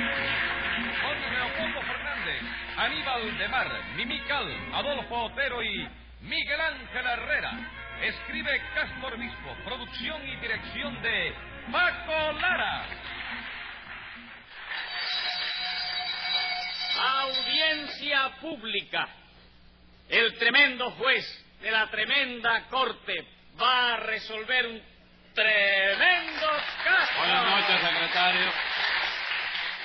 Con Leopoldo Fernández, Aníbal de Mar, Mimical, Adolfo Otero y Miguel Ángel Herrera. Escribe Castro Obispo, producción y dirección de Paco Lara. Audiencia pública. El tremendo juez de la tremenda corte va a resolver un tremendo caso. Buenas noches, secretario.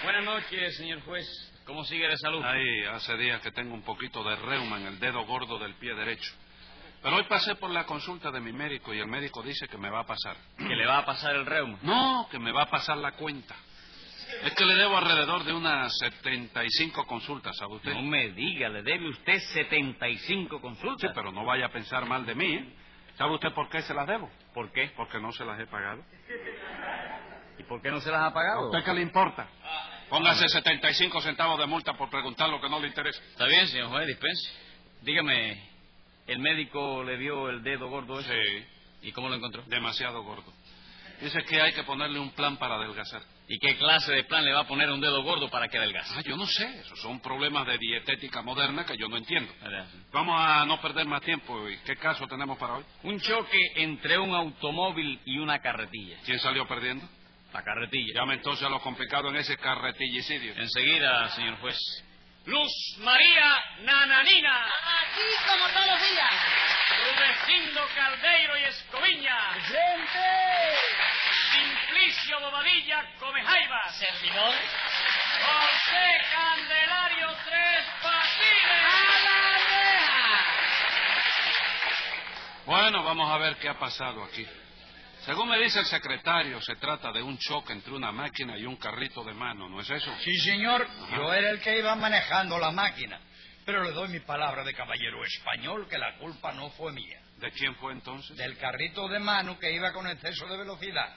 Buenas noches, señor juez. ¿Cómo sigue de salud? Ahí, hace días que tengo un poquito de reuma en el dedo gordo del pie derecho. Pero hoy pasé por la consulta de mi médico y el médico dice que me va a pasar. Que le va a pasar el reuma. No, que me va a pasar la cuenta. Es que le debo alrededor de unas 75 consultas, ¿sabe usted? No me diga, le debe usted 75 consultas. Sí, pero no vaya a pensar mal de mí, ¿eh? ¿Sabe usted por qué se las debo? ¿Por qué? Porque no se las he pagado. ¿Y por qué no se las ha ¿A pagado? usted qué le importa? Póngase 75 centavos de multa por preguntar lo que no le interesa. Está bien, señor juez, dispense. Dígame, ¿el médico le dio el dedo gordo ese? Sí, ¿Y cómo lo encontró? demasiado gordo. Dice que hay que ponerle un plan para adelgazar. ¿Y qué clase de plan le va a poner un dedo gordo para que adelgace? Ah, yo no sé. Esos son problemas de dietética moderna que yo no entiendo. ¿Verdad? Vamos a no perder más tiempo. ¿Y qué caso tenemos para hoy? Un choque entre un automóvil y una carretilla. ¿Quién salió perdiendo? La carretilla. Llame entonces a lo complicado en ese carretillicidio. Enseguida, señor juez. Luz María Nananina, Aquí como todos los días. Rudecindo Caldeiro y Escoviña, ¡Gente! Simplicio Bobadilla Comejaivas, Servidor. José Candelario Tres Patines. Bueno, vamos a ver qué ha pasado aquí. Según me dice el secretario, se trata de un choque entre una máquina y un carrito de mano, ¿no es eso? Sí, señor, yo era el que iba manejando la máquina. Pero le doy mi palabra de caballero español que la culpa no fue mía. ¿De quién fue entonces? Del carrito de mano que iba con exceso de velocidad.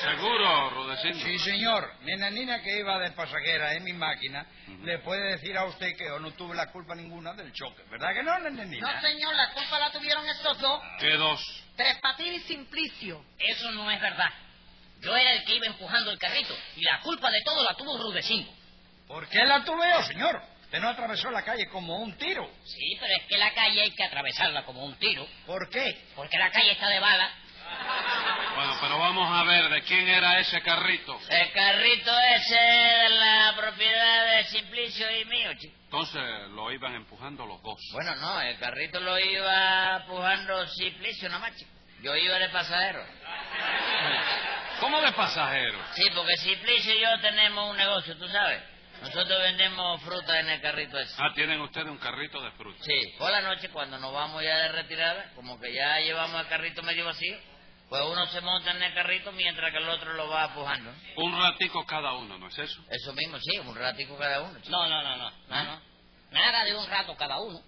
Seguro, Rudecindo. Sí, señor, Nenanina que iba de pasajera en mi máquina le puede decir a usted que yo no tuve la culpa ninguna del choque. ¿Verdad que no, Nenanina? No, señor, la culpa la tuvieron estos dos. ¿Qué dos? Tres Patines y Simplicio. Eso no es verdad. Yo era el que iba empujando el carrito y la culpa de todo la tuvo Rudecindo. ¿Por qué la tuve yo, señor? Usted no atravesó la calle como un tiro. Sí, pero es que la calle hay que atravesarla como un tiro, ¿Por qué? porque la calle está de bala. Bueno, pero vamos a ver, ¿de quién era ese carrito? El carrito ese era la propiedad de Simplicio y mío, chico. Entonces lo iban empujando los dos. Bueno, no, el carrito lo iba empujando Simplicio nomás, chico. Yo iba de pasajero. ¿Cómo de pasajero? Sí, porque Simplicio y yo tenemos un negocio, tú sabes. Nosotros vendemos fruta en el carrito ese. Ah, tienen ustedes un carrito de frutas. Sí, por la noche cuando nos vamos ya de retirada, como que ya llevamos el carrito medio vacío, pues uno se monta en el carrito mientras que el otro lo va empujando. Un ratico cada uno, ¿no es eso? Eso mismo, sí, un ratico cada uno. ¿Ah? No, no, no, no, no, no. Nada de un rato cada uno.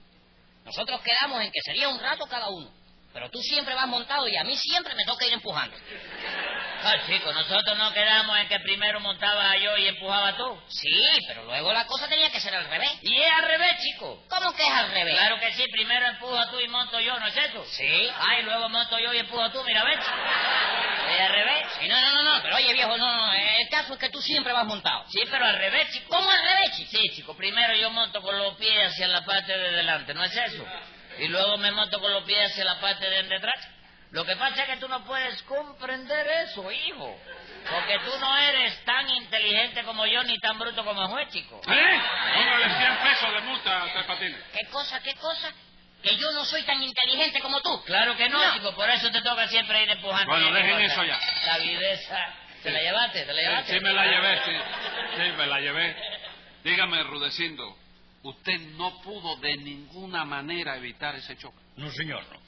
Nosotros quedamos en que sería un rato cada uno. Pero tú siempre vas montado y a mí siempre me toca ir empujando. Ah, chico, nosotros no quedamos en que primero montaba yo y empujaba tú. Sí, pero luego la cosa tenía que ser al revés. ¿Y es al revés, chico? ¿Cómo que es al revés? Claro que sí, primero empuja tú y monto yo, ¿no es eso? Sí. Ay, luego monto yo y empujo tú, mira, ves. Es al revés. no, no, no, no, pero oye, viejo, no, no, el caso es que tú siempre vas montado. Sí, pero al revés, chico. ¿Cómo al revés, chico? Sí, chico, primero yo monto con los pies hacia la parte de delante, ¿no es eso? Y luego me monto con los pies hacia la parte de detrás. Lo que pasa es que tú no puedes comprender eso, hijo. Porque tú no eres tan inteligente como yo ni tan bruto como juez, chico. ¿Eh? Póngale 100 pesos de multa a Tres Patines. ¿Qué cosa, qué cosa? Que yo no soy tan inteligente como tú. Claro que no, chico. Por eso te toca siempre ir empujando. Bueno, Mira qué dejen cosa. eso ya. La videza. ¿Te la llevaste? ¿Te la Eh, llevaste? Sí, me la llevé, sí. Sí, me la llevé. Dígame, Rudecindo, usted no pudo de ninguna manera evitar ese choque. No, señor, no.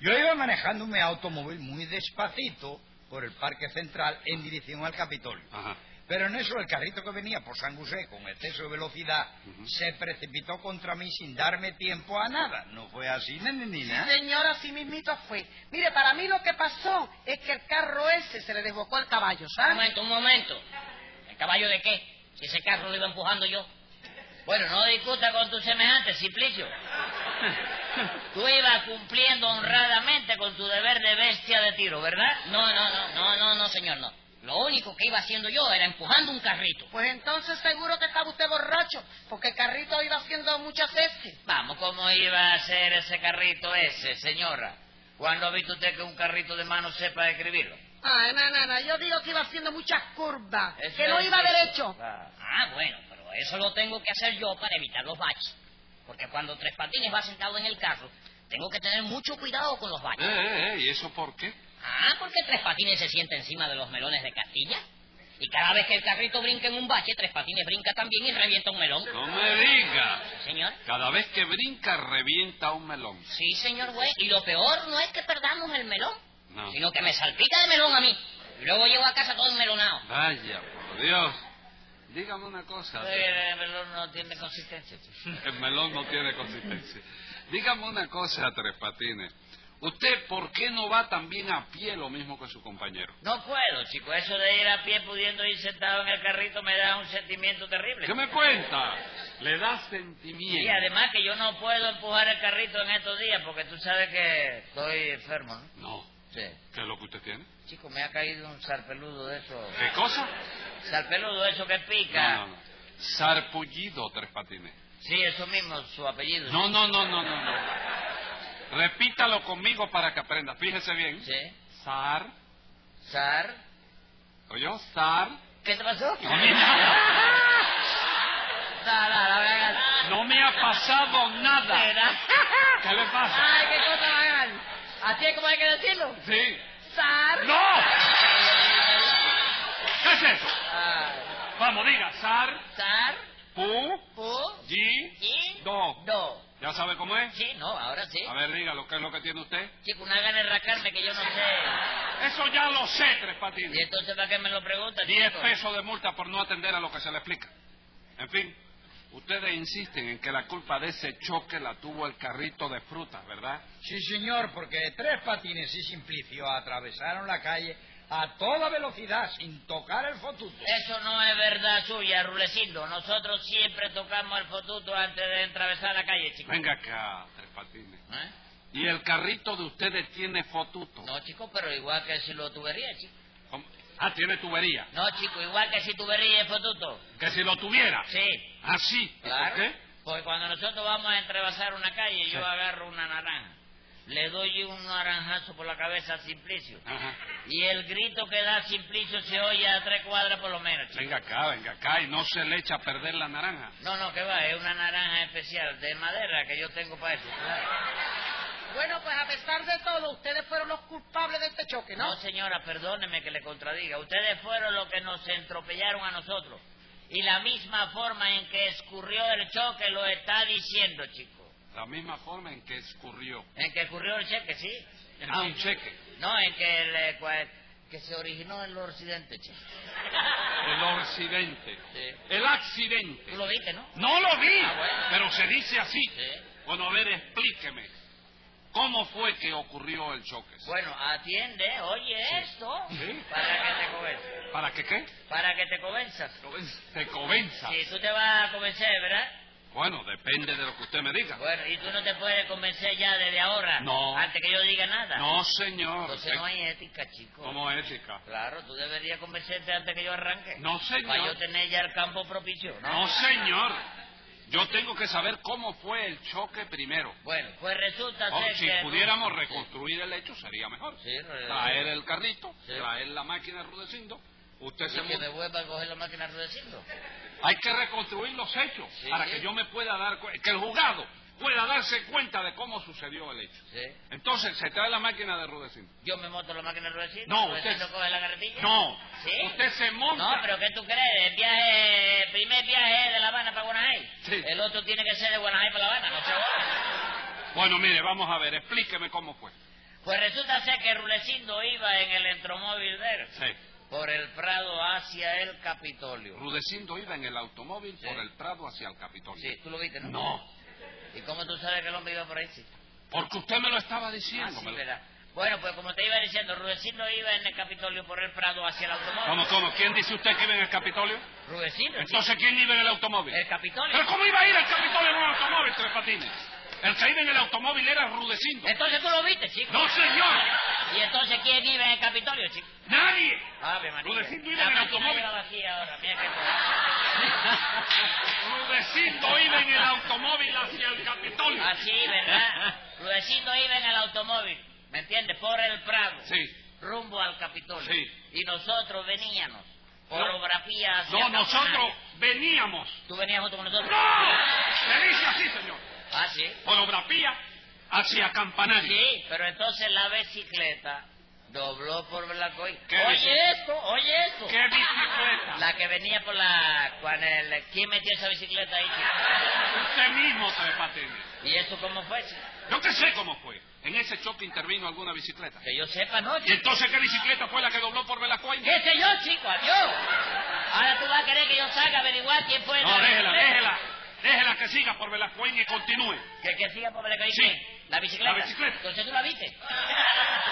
Yo iba manejando mi automóvil muy despacito por el Parque Central en dirección al Capitolio. Ajá. Pero en eso el carrito que venía por San José con exceso de velocidad Ujú. se precipitó contra mí sin darme tiempo a nada. ¿No fue así, nenenina? Señora, así mismito fue. Mire, para mí lo que pasó es que el carro ese se le desbocó el caballo, Un Ah, ¿sabes? momento, un momento. ¿El caballo de qué? Si ese carro lo iba empujando yo. Bueno, no discuta con tu semejante, Simplicio. Tú ibas cumpliendo honradamente con tu deber de bestia de tiro, ¿verdad? No, no, no, no, no, no, señor, no. Lo único que iba haciendo yo era empujando un carrito. Pues entonces seguro que estaba usted borracho, porque el carrito iba haciendo muchas veces. Vamos, ¿cómo iba a ser ese carrito ese, señora? ¿Cuándo ha visto usted que un carrito de mano sepa escribirlo? Ay, no, no, no, yo digo que iba haciendo muchas curvas, Eso que no es iba eso. derecho. Ah. Ah, bueno, pero eso lo tengo que hacer yo para evitar los baches. Porque cuando Tres Patines va sentado en el carro, tengo que tener mucho cuidado con los Eh, baches. eh, eh, ¿y eso por qué? Ah, porque Tres Patines se sienta encima de los melones de Castilla. Y cada vez que el carrito brinca en un bache, Tres Patines brinca también y revienta un melón. No me diga. Sí, señor. Cada vez que brinca revienta un melón. Sí, señor juez. Y lo peor no es que perdamos el melón, No. sino que me salpica de melón a mí. Y luego llego a casa todo melonado. Vaya, por Dios. Dígame una cosa. Eh, El melón no tiene consistencia. chico. El melón no tiene consistencia. Dígame una cosa, Tres Patines. ¿Usted por qué no va también a pie lo mismo que su compañero? No puedo, chico. Eso de ir a pie pudiendo ir sentado en el carrito me da un sentimiento terrible. ¿Qué me cuenta? Le da sentimiento. Y además que yo no puedo empujar el carrito en estos días porque tú sabes que estoy enfermo, ¿no? No. Sí. ¿Qué es lo que usted tiene? Chico, me ha caído un sarpeludo de eso. ¿Qué cosa? Sarpeludo, eso que pica. No, no, no. Sarpullido, Tres Patines. Sí, eso mismo, su apellido. No, no, no, no, no, no. Repítalo conmigo para que aprenda. Fíjese bien. Sí. Sar. Sar. ¿Oyó? Sar. ¿Qué te pasó? No me, nada. No, no, no, venga. No me ha pasado nada. Será. ¿Qué le pasa? Ay, qué cosa vagan. Así es como hay que decirlo. Sí. Sar. ¡No! ¿Qué es eso? Ah, Vamos, diga. Sar. Sar. Pu. Pu. Yi. Y. Do. Do. ¿Ya sabe cómo es? Sí, no, ahora sí. A ver, dígalo. ¿Qué es lo que tiene usted? Chico, una gana de rascarme que yo no sé. Eso ya lo sé, Tres ¿Y Patines. entonces para qué me lo preguntas, Diez chico? pesos de multa por no atender a lo que se le explica. En fin, ustedes insisten en que la culpa de ese choque la tuvo el carrito de frutas, ¿verdad? Sí, señor, porque tres patines y Simplicio atravesaron la calle a toda velocidad sin tocar el fotuto. Eso no es verdad suya, Rulecindo. Nosotros siempre tocamos el fotuto antes de atravesar la calle, chico. Venga acá, Tres Patines. ¿Eh? ¿Y el carrito de ustedes tiene fotuto? No, chico, pero igual que si lo tubería, chico. ¿Cómo? Ah, tiene tubería. No, chico, igual que si tubería es fotuto. Que si lo tuviera. Sí, Ah, sí. ¿Y ¿Por claro. qué? Porque cuando nosotros vamos a atravesar una calle, yo agarro una naranja. Le doy un naranjazo por la cabeza a Simplicio. Ajá. Y el grito que da Simplicio se oye a tres cuadras por lo menos, chico. Venga acá, venga acá y no se le echa a perder la naranja. No, no, que va, es una naranja especial de madera que yo tengo para eso. claro. Bueno, pues a pesar de todo, ustedes fueron los culpables de este choque, ¿no? No, señora, perdóneme que le contradiga. Ustedes fueron los que nos entropellaron a nosotros. Y la misma forma en que escurrió el choque lo está diciendo, chico. La misma forma en que escurrió. En que escurrió el cheque, sí. Ah, un cheque. No, en que, el, eh, cua- que se originó en el occidente, chico. El accidente. Sí. El accidente. Tú lo viste, ¿no? No lo vi, Ah, bueno. pero se dice así. Sí. Bueno, a ver, explíqueme. ¿Cómo fue que ocurrió el choque? Bueno, atiende, oye esto, Sí. para que te convenzas. ¿Para qué qué? Para que te convenzas. Se comienza. Sí, tú te vas a convencer, ¿verdad? Bueno, depende de lo que usted me diga. Bueno, y tú no te puedes convencer ya desde ahora. No. Antes que yo diga nada. No, señor. Entonces no hay ética, chico. ¿Cómo ética? Claro, tú deberías convencerte antes que yo arranque. No, señor. Para yo tener ya el campo propicio, ¿no? No, señor. Yo tengo que saber cómo fue el choque primero. Bueno, pues resulta O, ser si que... pudiéramos reconstruir el hecho, sería mejor. Sí, re- Traer el carrito, Sí. traer la máquina de Rudecindo. Usted se Y que monta. me vuelva a coger la máquina rudeciendo. Hay que reconstruir los hechos Sí, para sí. que yo me pueda dar cu- que el juzgado pueda darse cuenta de cómo sucedió el hecho. Sí. Entonces, ¿se trae la máquina de Rudecindo? Yo me monto la máquina rudeciendo. No, Rudecindo usted- coge la carretilla. No. ¿Sí? Usted se monta. No, pero ¿qué tú crees? El viaje, el primer viaje es de La Habana para Guanajay. Sí. El otro tiene que ser de Guanajay para La Habana, no se va. Bueno, mire, vamos a ver, explíqueme cómo fue. Pues resulta ser que Rulecindo iba en el entromóvil de él, Sí. por el Prado hacia el Capitolio. Rudecindo iba en el automóvil Sí. por el Prado hacia el Capitolio. Sí, tú lo viste, ¿no? No, ¿Y cómo tú sabes que el hombre iba por ahí? Sí. porque usted me lo estaba Ah, diciendo. sí, me lo- verdad. Bueno, pues como te iba diciendo, Rudecindo iba en el Capitolio por el Prado hacia el automóvil. ¿Cómo, cómo? ¿Quién dice usted que iba en el Capitolio? Rudecindo, sí. Entonces, ¿quién iba en el automóvil? el Capitolio. ¿Pero cómo iba a ir el Capitolio en un automóvil, Tres Patines? El que iba en el automóvil era Rudecindo. Entonces tú lo viste, chico. ¡No, señor! ¿Y entonces quién vive en el Capitolio, chico? ¡Nadie! Ave María. Rudecindo iba La en el máquina automóvil. lleva vacía ahora, mira qué cosa. Rudecindo iba en el automóvil hacia el Capitolio. Así, Ah, ¿verdad? Rudecindo iba en el automóvil, ¿me entiendes? Por el Prado. Sí. Rumbo al Capitolio. Sí. Y nosotros veníamos por No. Obrapía hacia No, Cajonales. nosotros veníamos. ¿Tú venías junto con ¡No! nosotros? Se dice así, señor. Ah, sí. Ah, Por obra pía hacia Campanario. Sí, pero entonces la bicicleta dobló por Blancoy. ¿Qué Oye bicicleta? esto, oye esto. ¡Qué bicicleta! La que venía por la... Con el, ¿Quién metió esa bicicleta ahí? chico? Usted mismo se patene. ¿Y eso cómo fue? chico? Yo que sé cómo fue. En ese choque intervino alguna bicicleta. Que yo sepa, ¿no? ¿Y chico? entonces qué bicicleta fue la que dobló por Belacuay? ¿Qué sé yo, chico? Adiós. Ahora tú vas a querer que yo salga a averiguar quién fue No, la déjela, bicicleta. déjela. Déjela que siga por Belacuay y continúe. Que, que siga por Blancoy. Sí. ¿qué? La bicicleta. La bicicleta. Entonces tú la viste.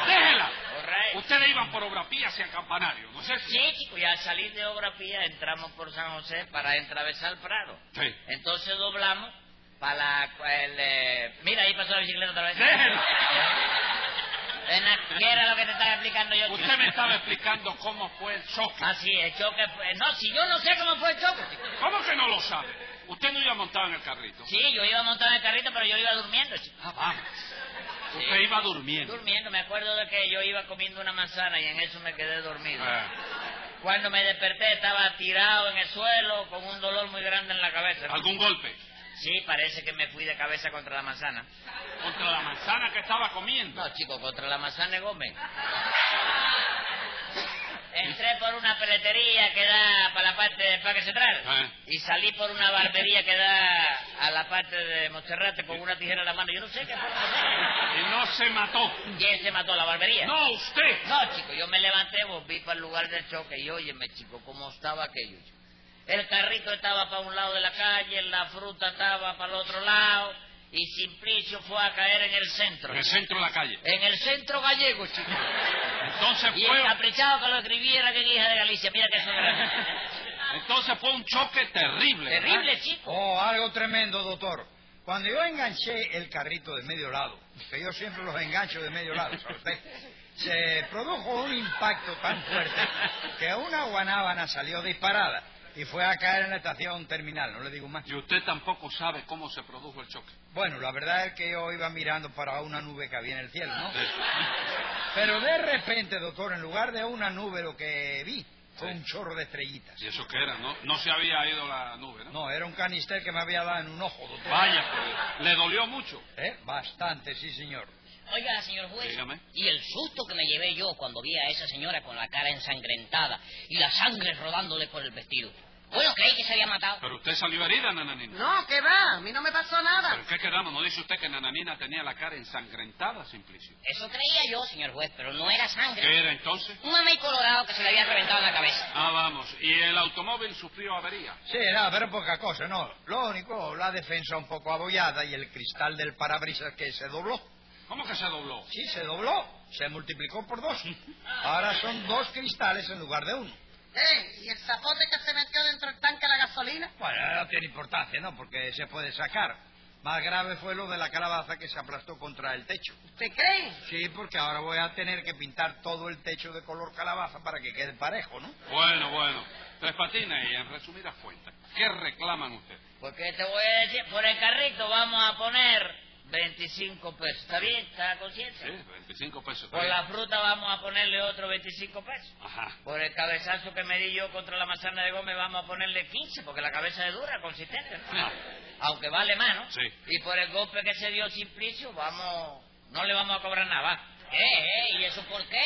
¡Déjela! Alright. Ustedes iban por obra pía hacia Campanario, ¿no es eso? Sí, chico, y al salir de Obrapía entramos por San José para atravesar el Prado. Sí. Entonces doblamos para la... el, eh, mira, ahí pasó la bicicleta otra vez. Déjela. En la- ¿Qué era lo que te estaba explicando yo? chico? Usted me estaba explicando cómo fue el choque. Así, el choque fue... No, si yo no sé cómo fue el choque, chico. ¿Cómo que no lo sabe? Usted no iba montado en el carrito. Sí, yo iba montado en el carrito, pero yo iba durmiendo, chico. Ah, vamos. Sí. Usted iba durmiendo. Durmiendo, me acuerdo de que yo iba comiendo una manzana y en eso me quedé dormido. Ah, Cuando me desperté estaba tirado en el suelo con un dolor muy grande en la cabeza. Eh, ¿Algún golpe? Sí, parece que me fui de cabeza contra la manzana. Contra la manzana que estaba comiendo. No, chico, contra la manzana de Gómez. Entré por una peletería que da para la parte del Parque Central. Ah. Y salí por una barbería que da a la parte de Monserrate con una tijera en la mano. Yo no sé qué fue lo que Y no se mató. hice. Y él se mató a la barbería. No, usted. No, chico, yo me levanté, volví para el lugar del choque y óyeme, chico, cómo estaba aquello. chico. El carrito estaba para un lado de la calle, la fruta estaba para el otro lado y Simplicio fue a caer en el centro. En el centro de la calle. En el centro gallego, chico. Entonces Y el fue, caprichado que lo escribiera que es hija de Galicia. Mira que eso era. entonces fue un choque terrible. ¿verdad? Terrible, chico. Oh, algo tremendo, doctor. Cuando yo enganché el carrito de medio lado, que yo siempre los engancho de medio lado, ¿sabe usted? Se produjo un impacto tan fuerte que una guanábana salió disparada y fue a caer en la estación terminal, no le digo más. Y usted tampoco sabe cómo se produjo el choque. Bueno, la verdad es que yo iba mirando para una nube que había en el cielo, ¿no? Sí. Pero de repente, doctor, en lugar de una nube lo que vi fue Sí. un chorro de estrellitas. ¿Y eso qué era? No, no se había ido la nube, ¿no? No, era un canister que me había dado en un ojo, doctor. Vaya, pues, le dolió mucho. ¿Eh? Bastante, sí, señor. Oiga, señor juez. Dígame. Y el susto que me llevé yo cuando vi a esa señora con la cara ensangrentada y la sangre rodándole por el vestido. Bueno, creí que se había matado. Pero usted salió herida, Nananina. No, que va, a mí no me pasó nada. ¿Pero en qué quedamos? ¿No dice usted que Nananina tenía la cara ensangrentada, Simplicio? Eso creía yo, señor juez, pero no era ¿Qué sangre. era entonces? Un mamey colorado que se le había reventado en la cabeza. Ah, vamos. ¿Y el automóvil sufrió avería? Sí, nada, pero poca cosa, no. Lo único, la defensa un poco abollada y el cristal del parabrisas que se dobló. ¿Cómo que se dobló? Sí, se dobló. Se multiplicó por dos. Ahora son dos cristales en lugar de uno. Eh, ¿y el zapote que se metió dentro del tanque de la gasolina? Bueno, no tiene importancia, ¿no? Porque se puede sacar. Más grave fue lo de la calabaza que se aplastó contra el techo. ¿Usted cree? Sí, porque ahora voy a tener que pintar todo el techo de color calabaza para que quede parejo, ¿no? Bueno, bueno. Tres patines y en resumidas cuentas, ¿qué reclaman ustedes? Porque te voy a decir, por el carrito vamos a poner 25 pesos. ¿Está bien? ¿Está Sí, consciente? 25 ¿Eh? pesos. Por la fruta vamos a ponerle otro 25 pesos. Ajá. Por el cabezazo que me di yo contra la manzana de Gómez vamos a ponerle 15, porque la cabeza es dura, consistente. ¿no? Ah. Aunque vale más, ¿no? Sí. Y por el golpe que se dio Simplicio, vamos... No le vamos a cobrar nada, va. Eh, eh, ¿y eso por qué?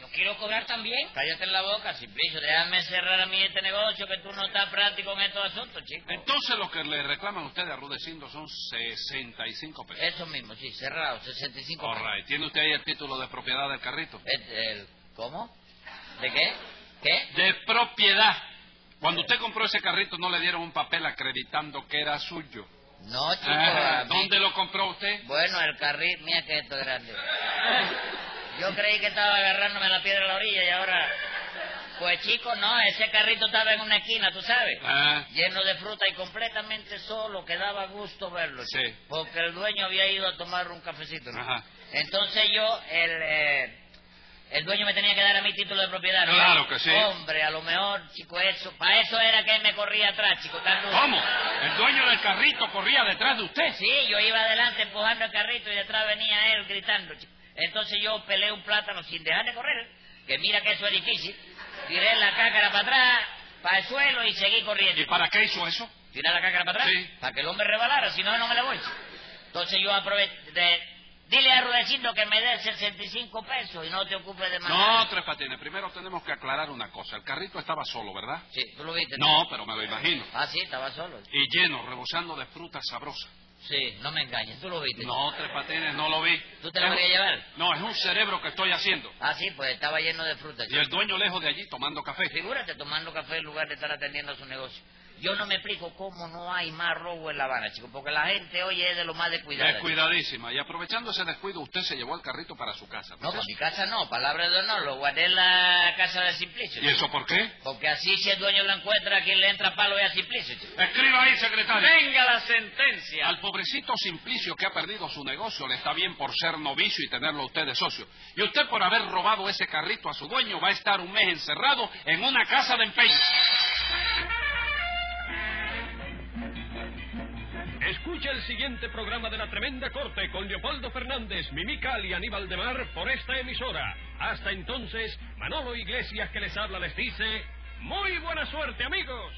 Yo quiero cobrar también. Cállate en la boca, Simplicio. Déjame cerrar a mí este negocio, que tú no estás práctico en estos asuntos, chico. Entonces lo que le reclaman ustedes a Rudecindo son 65 pesos. Eso mismo, sí, cerrado, 65 All right. ¿Tiene usted ahí el título de propiedad del carrito? El- el- ¿Cómo? ¿De qué? ¿Qué? De propiedad. Cuando usted compró ese carrito no le dieron un papel acreditando que era suyo. No, chico. Ah, a mí- ¿Dónde lo compró usted? Bueno, el carril, mira que esto es grande. Yo creí que estaba agarrándome la piedra a la orilla y ahora... Pues chico, no, ese carrito estaba en una esquina, tú sabes. Ah, Lleno de fruta y completamente solo, que daba gusto verlo. Sí. chico, Porque el dueño había ido a tomar un cafecito. ¿no? Ajá. Entonces yo, el... eh, El dueño me tenía que dar a mi título de propiedad. ¿no? Claro que sí. Hombre, a lo mejor, chico, eso. Para eso era que él me corría atrás, chico, tan duro. ¿Cómo? El dueño del carrito corría detrás de usted. Sí, yo iba adelante empujando el carrito y detrás venía él gritando. chico. Entonces yo peleé un plátano sin dejar de correr, que mira que eso es difícil. Tiré la cácara para atrás, para el suelo y seguí corriendo. ¿Y para qué hizo eso? Tirar la cácara para atrás, Sí. para que el hombre rebalara, si no, no me la voy. chico. Entonces yo aproveché. de- Dile a Rudecindo que me dé 65 pesos y no te ocupes de más. No, Tres Patines, primero tenemos que aclarar una cosa. El carrito estaba solo, ¿verdad? Sí, tú lo viste. No, pero me lo imagino. Ah, sí, estaba solo. Y lleno, rebosando de fruta sabrosa. Sí, no me engañes, tú lo viste. No, Tres Patines, no lo vi. ¿Tú te lo Es- querías llevar? No, es un cerebro que estoy haciendo. Ah, sí, pues estaba lleno de fruta. Y el dueño lejos de allí tomando café. Figúrate tomando café en lugar de estar atendiendo a su negocio. Yo no me explico cómo no hay más robo en La Habana, chico, porque la gente hoy es de lo más descuidada. chico. Descuidadísima. Y aprovechando ese descuido, usted se llevó el carrito para su casa. ¿no No, pues. es para eso? mi casa no, palabra de honor, lo guardé en la casa de Simplicio. ¿Y eso por qué? Porque así si el dueño lo encuentra, quien le entra palo es a Simplicio, chico. Escriba ahí, secretario. Venga la sentencia. Al pobrecito Simplicio que ha perdido su negocio le está bien por ser novicio y tenerlo a usted de socio. Y usted por haber robado ese carrito a su dueño va a estar un mes encerrado en una casa de empeño. Escucha el siguiente programa de La Tremenda Corte con Leopoldo Fernández, Mimical y Aníbal de Mar por esta emisora. Hasta entonces, Manolo Iglesias que les habla les dice, ¡Muy buena suerte amigos!